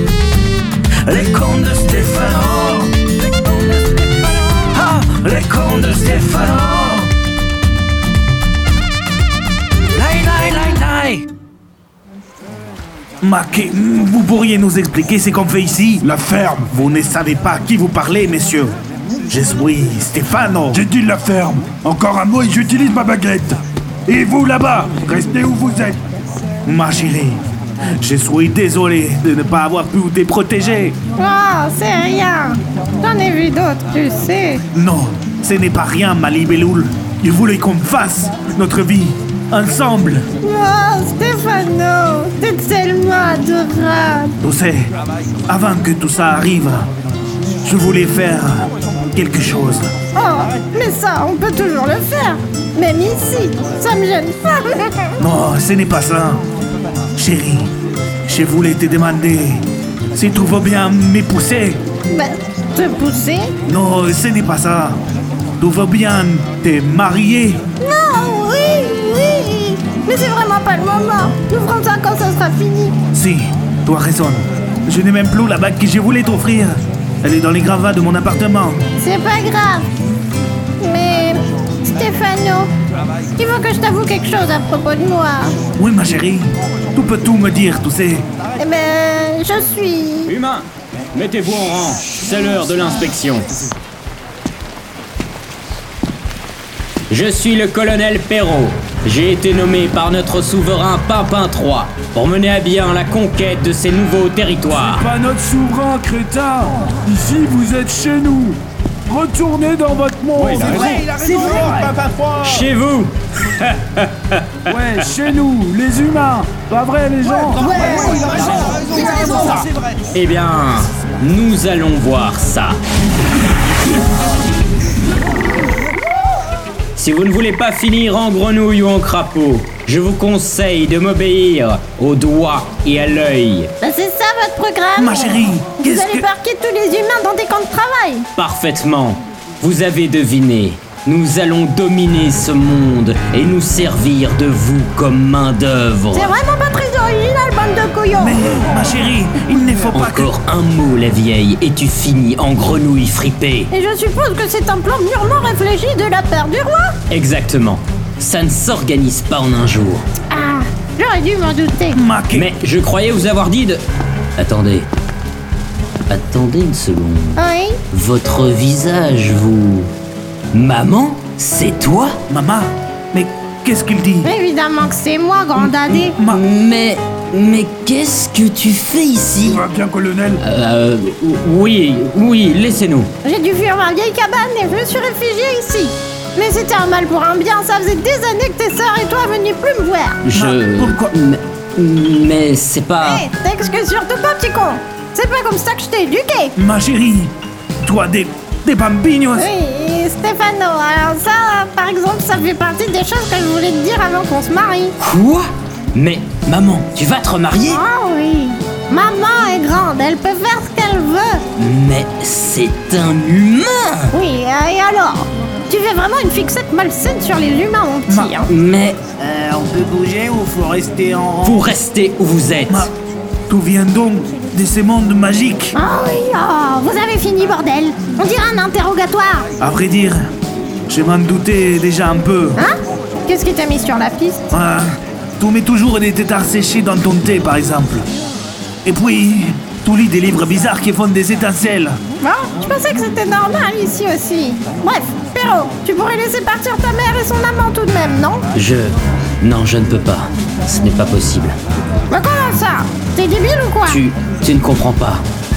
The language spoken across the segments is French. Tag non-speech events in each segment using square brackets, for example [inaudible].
Ah, bande de Stéphano Lai lai lai lai Maquet, vous pourriez nous expliquer ce qu'on fait ici La ferme Vous ne savez pas à qui vous parlez, messieurs. Je suis Stéphano. J'ai dit la ferme Encore un mot et j'utilise ma baguette Et vous là-bas Restez où vous êtes Ma chérie, je suis désolé de ne pas avoir pu vous protéger. Oh, c'est rien. J'en ai vu d'autres, tu sais. Non, ce n'est pas rien, Mali Beloul. Il voulait qu'on fasse notre vie ensemble. Oh, Stéphano, t'es tellement adorable. Tu sais, avant que tout ça arrive, je voulais faire quelque chose. Oh, mais ça, on peut toujours le faire. Même ici, ça me gêne pas. Non, ce n'est pas ça. Chérie, je voulais te demander si tu veux bien m'épousser. Bah, te pousser Non, ce n'est pas ça. Tu veux bien te marier Non, oui, oui. Mais c'est vraiment pas le moment. Nous ferons ça quand ça sera fini. Si, tu as raison. Je n'ai même plus la bague que je voulais t'offrir. Elle est dans les gravats de mon appartement. C'est pas grave. Mais, Stéphano, il faut que je t'avoue quelque chose à propos de moi. Oui, ma chérie. Tu peux tout me dire, tu sais. Eh ben, je suis. Humains, mettez-vous en rang. C'est l'heure de l'inspection. Je suis le colonel Perrault. J'ai été nommé par notre souverain Pimpin III pour mener à bien la conquête de ces nouveaux territoires. Pas notre souverain, crétin Ici, vous êtes chez nous Retournez dans votre monde C'est vrai, papa froid Chez vous [laughs] Ouais, chez nous, les humains Pas vrai, les gens il a raison, il a raison, c'est vrai Eh bien, nous allons voir ça. Si vous ne voulez pas finir en grenouille ou en crapaud, je vous conseille de m'obéir au doigt et à l'œil. Bah, c'est ça votre programme. Ma chérie, Vous qu'est-ce allez que... parquer tous les humains dans des camps de travail. Parfaitement. Vous avez deviné. Nous allons dominer ce monde et nous servir de vous comme main-d'œuvre. C'est vraiment pas très original, bande de couillons. Mais, ma chérie, il ne faut pas que... Encore un mot, la vieille, et tu finis en grenouille fripée. Et je suppose que c'est un plan mûrement réfléchi de la part du roi. Exactement. Ça ne s'organise pas en un jour. Ah, j'aurais dû m'en douter. Maquet, Mais je croyais vous avoir dit de. Attendez. Attendez une seconde. Oui. Votre visage, vous. Maman, c'est toi maman, mais qu'est-ce qu'il dit Évidemment que c'est moi, grand dadé. Ma... Mais. Mais qu'est-ce que tu fais ici Tout va bien, colonel Euh. Oui, oui, laissez-nous. J'ai dû fuir ma vieille cabane et je me suis réfugiée ici. Mais c'était un mal pour un bien, ça faisait des années que tes sœurs et toi veniez plus me voir. Je. Eh. pourquoi Mais, mais c'est Hé, pas. Eh, t'excuses surtout pas, petit con. C'est pas comme ça que je t'ai éduqué. Ma chérie, toi, des... des bambinos Eh, Oui, Stéphano, alors ça, par exemple, ça fait partie des choses que je voulais te dire avant qu'on se marie. Quoi Mais maman, tu vas te remarier Ah oui. Maman est grande, elle peut faire ce qu'elle veut. Mais c'est un humain Oui, euh, et alors Tu fais vraiment une fixette malsaine sur les humains, mon petit. hein. Mais Euh, on peut bouger ou faut rester en rang vous restez où vous êtes. Ma... Tu viens Ah, donc de ce monde magique Ah oui, oh, vous avez fini, bordel. On dirait un interrogatoire. À vrai dire, je m'en doutais déjà un peu. Hein Qu'est-ce qui t'a mis sur la piste Ah, tu mets toujours des têtards séchés dans ton thé, par exemple. Et puis, tu lis des livres bizarres qui font des étincelles. Bon, Hein? je pensais que c'était normal ici aussi. Bref, Perrault, tu pourrais laisser partir ta mère et son amant tout de même, non Je. Non, je ne peux pas. Ce n'est pas possible. Mais comment ça T'es débile ou quoi Tu. Tu ne comprends pas.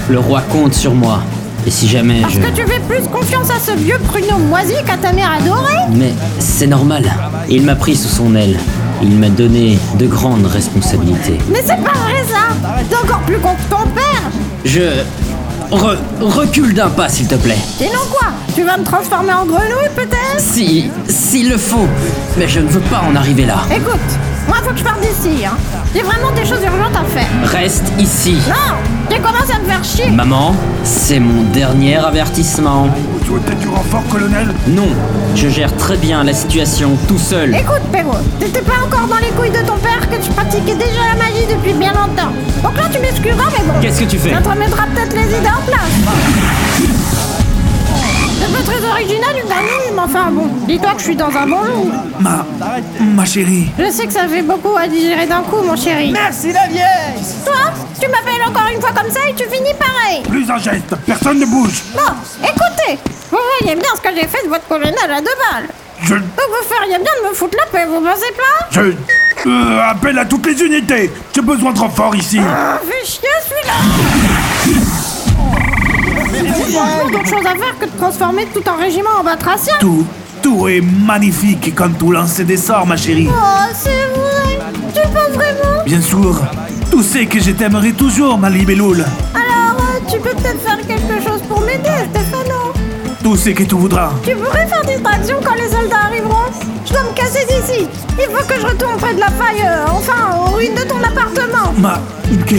Le roi compte sur moi. Et si jamais Parce je. que tu fais plus confiance à ce vieux pruneau moisi qu'à ta mère adorée Mais c'est normal. Il m'a pris sous son aile. Il m'a donné de grandes responsabilités. Mais c'est pas vrai ça T'es encore plus con que ton père Je. Re- recule d'un pas, s'il te plaît. Sinon quoi Tu vas me transformer en grenouille peut-être Si. S'il le faut. Mais je ne veux pas en arriver là. Écoute, moi faut que je parte d'ici, hein. J'ai vraiment des choses urgentes à faire. Reste ici. Non Tu commences à me faire chier Maman, c'est mon dernier avertissement. Vous souhaitez du renfort, colonel Non, je gère très bien la situation tout seul. Écoute, Perrault, t'étais pas encore dans les couilles de ton père que tu pratiquais déjà la magie depuis bien longtemps. Donc là, tu m'excuseras, mais bon. Qu'est-ce que tu fais Ça te remettra peut-être les idées en place. C'est pas très original, une anime, enfin bon, dis-toi que je suis dans un bon jour. Ma. Ma chérie. Je sais que ça fait beaucoup à digérer d'un coup, mon chéri. Merci la vieille Toi, tu m'appelles encore une fois comme ça et tu finis pareil. Plus un geste, personne ne bouge. Bon, écoutez, vous voyez bien ce que j'ai fait de votre colonel à deux balles. Je. Donc vous feriez bien de me foutre la paix, vous pensez pas Je. Euh, appelle à toutes les unités. J'ai besoin de renfort ici. Ah, fais chier celui-là Il y a vraiment d'autres choses à faire que de transformer tout un régiment en batracien. Tout. Tout est magnifique comme tout lancer des sorts, ma chérie. Oh, c'est vrai Tu peux vraiment Bien sûr. Tu sais que je t'aimerai toujours, ma libellule. Alors, euh, tu peux peut-être faire quelque chose pour m'aider, Stéphano Tout ce que tu voudras. Tu pourrais faire distraction quand les soldats arriveront Je dois me casser d'ici Il faut que je retourne près de la faille, euh, enfin, aux ruines de ton appartement Ma. Ok.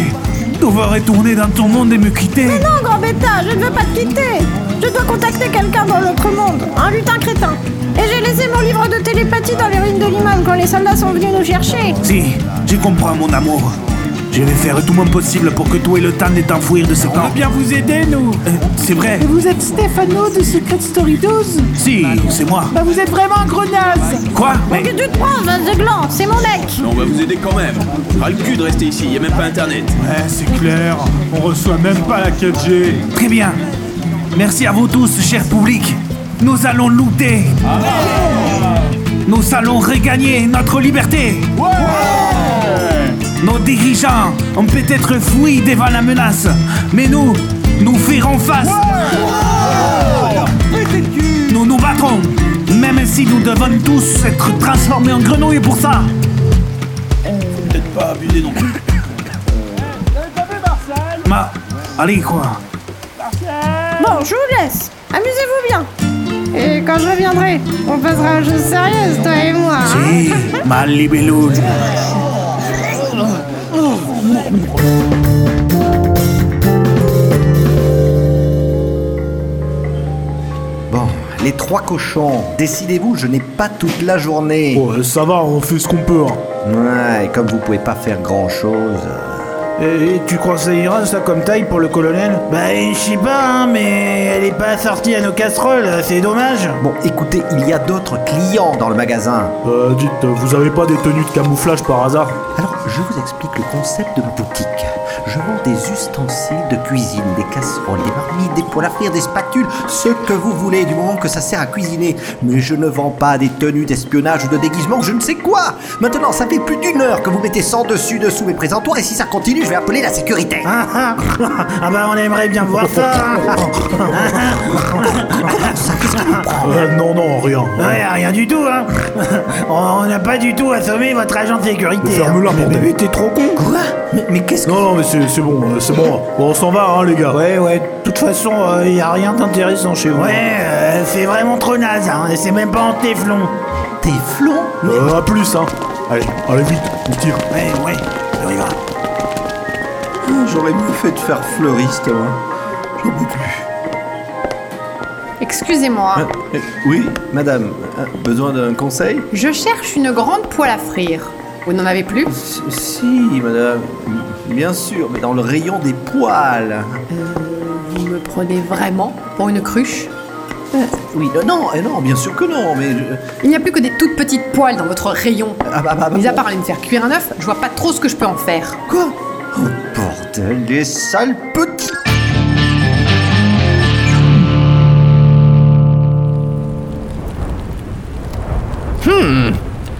Tu vas retourner dans ton monde et me quitter. Ah Mais non, grand bêta, je ne veux pas te quitter Je dois contacter quelqu'un dans l'autre monde, un lutin crétin Et j'ai laissé mon livre de télépathie dans les ruines de Liman quand les soldats sont venus nous chercher Si, je comprends mon amour. Je vais faire tout mon possible pour que tu aies le temps de t'enfuir de ce camp. Bien vous aider, nous Euh, c'est vrai. Vous êtes Stefano de Secret Story 12 Si, c'est moi. Bah vous êtes vraiment un gros naze Quoi Mais Que tu te prends, vase de gland, c'est mon mec On va vous aider quand même. Ras le cul de rester ici, y a même pas internet. Eh, c'est clair, on reçoit même pas la 4G. très bien. Merci à vous tous, cher public. Nous allons lutter. Nous allons regagner notre liberté. Nos dirigeants ont peut-être fui devant la menace, mais nous, nous ferons face. Nous nous battrons, même si nous devons tous être transformés en grenouilles pour ça. Peut-être pas abusé non plus. Ma, allez quoi. Bon, je vous laisse. Amusez-vous bien. Et quand je reviendrai, on passera aux choses sérieuses, toi et moi. hein. Si, ma libellule. Bon, les trois cochons, décidez-vous, je n'ai pas toute la journée. Ouais, Oh, euh, ça va, on fait ce qu'on peut. hein. Ouais, et comme vous pouvez pas faire grand-chose... euh, Et tu conseilleras ça comme taille pour le colonel Bah, je sais pas, hein, mais elle est pas assortie à nos casseroles, c'est dommage. Bon, écoutez, il y a d'autres clients dans le magasin. Bah, Euh, dites, euh, vous avez pas des tenues de camouflage par hasard Alors, je vous explique le concept de ma boutique. Je vends des ustensiles de cuisine, des casseroles, des marmites, des poêles à frire, des spatules, ce que vous voulez, du moment que ça sert à cuisiner. Mais je ne vends pas des tenues d'espionnage ou de déguisement ou je ne sais quoi. Maintenant, ça fait plus d'une heure que vous mettez sans dessus dessous mes présentoirs et si ça continue, je vais appeler la sécurité. Ah, ah, ah bah, on aimerait bien voir ça. hein. Euh, Non, non, rien. Ouais, rien du tout, hein. On n'a pas du tout assommé votre agent de sécurité. hein. Ferme-la, bordel. t'es trop con. Quoi Mais, mais qu'est-ce que... Non, non, mais c'est c'est bon, euh, c'est bon. Bon, on s'en va, hein, les gars. Ouais, ouais, de toute façon, il n'y a rien d'intéressant chez vous. Ouais, euh, c'est vraiment trop naze, hein. c'est même pas en téflon. Téflon Euh, à plus, hein. Allez, allez vite, on tire. Ouais, ouais, on y va. Ah, J'aurais mieux fait de faire fleuriste, moi. J'en peux plus. Excusez-moi, Oui, madame, euh, besoin d'un conseil je cherche une grande poêle à frire. Vous n'en avez plus Si, madame, bien sûr, mais dans le rayon des poils. Vous me prenez vraiment pour une cruche Oui, non, non, eh non, bien sûr que non, mais... je- Il n'y a plus que des toutes petites poêles dans votre rayon. Ah, bah, bah, bah, Mis à part aller me faire cuire un œuf, je vois pas trop ce que je peux en faire. Quoi Oh, bordel, les sales petits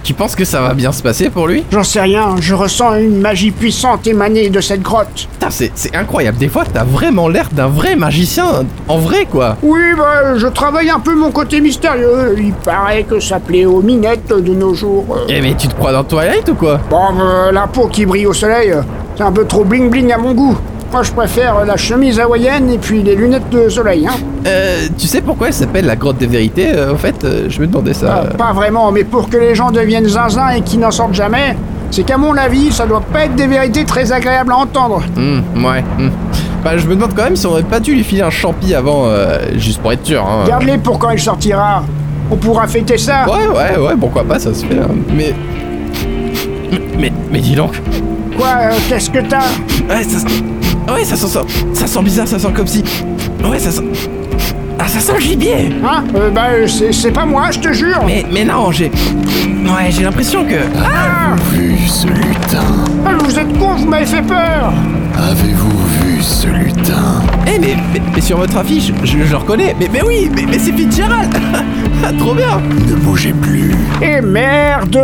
Tu penses que ça va bien se passer pour lui J'en sais rien, je ressens une magie puissante émanée de cette grotte. Putain, c'est c'est incroyable. Des fois, t'as vraiment l'air d'un vrai magicien. En vrai, quoi. Oui, bah je travaille un peu mon côté mystérieux. Il paraît que ça plaît aux minettes de nos jours. Euh, Eh, mais tu te crois dans Twilight ou quoi Bon, euh, la peau qui brille au soleil, euh, c'est un peu trop bling bling à mon goût. Moi je préfère euh, la chemise hawaïenne et puis les lunettes de soleil. Hein. Euh, tu sais pourquoi elle s'appelle la grotte des vérités euh, Au fait, euh, je me demandais ça. Ah, pas vraiment, mais pour que les gens deviennent zinzin et qu'ils n'en sortent jamais, c'est qu'à mon avis, ça doit pas être des vérités très agréables à entendre. Hmm, ouais. hmm. Bah, je me demande quand même si on aurait pas dû lui filer un champi avant, euh, juste pour être sûr. Hein. Garde-les pour quand il sortira. On pourra fêter ça. Ouais, ouais, ouais, pourquoi pas, ça se fait. hein. Mais. Mais, mais dis donc. Quoi, euh, qu'est-ce que t'as Ouais, ça sent. Ouais, ça sent ça. Ça sent bizarre, ça sent comme si. Ouais, ça sent. Ah, ça sent le gibier Hein euh, Bah, euh, c'est c'est pas moi, je te jure Mais, mais non, j'ai. Ouais, j'ai l'impression que. Ah Vu ce lutin Ah, Vous êtes con, vous m'avez fait peur Avez-vous vu ce lutin Eh, mais, mais, mais sur votre affiche, je, je le reconnais. Mais, mais oui, mais, [laughs] mais c'est Fitzgerald Trop bien Ne bougez plus. Et merde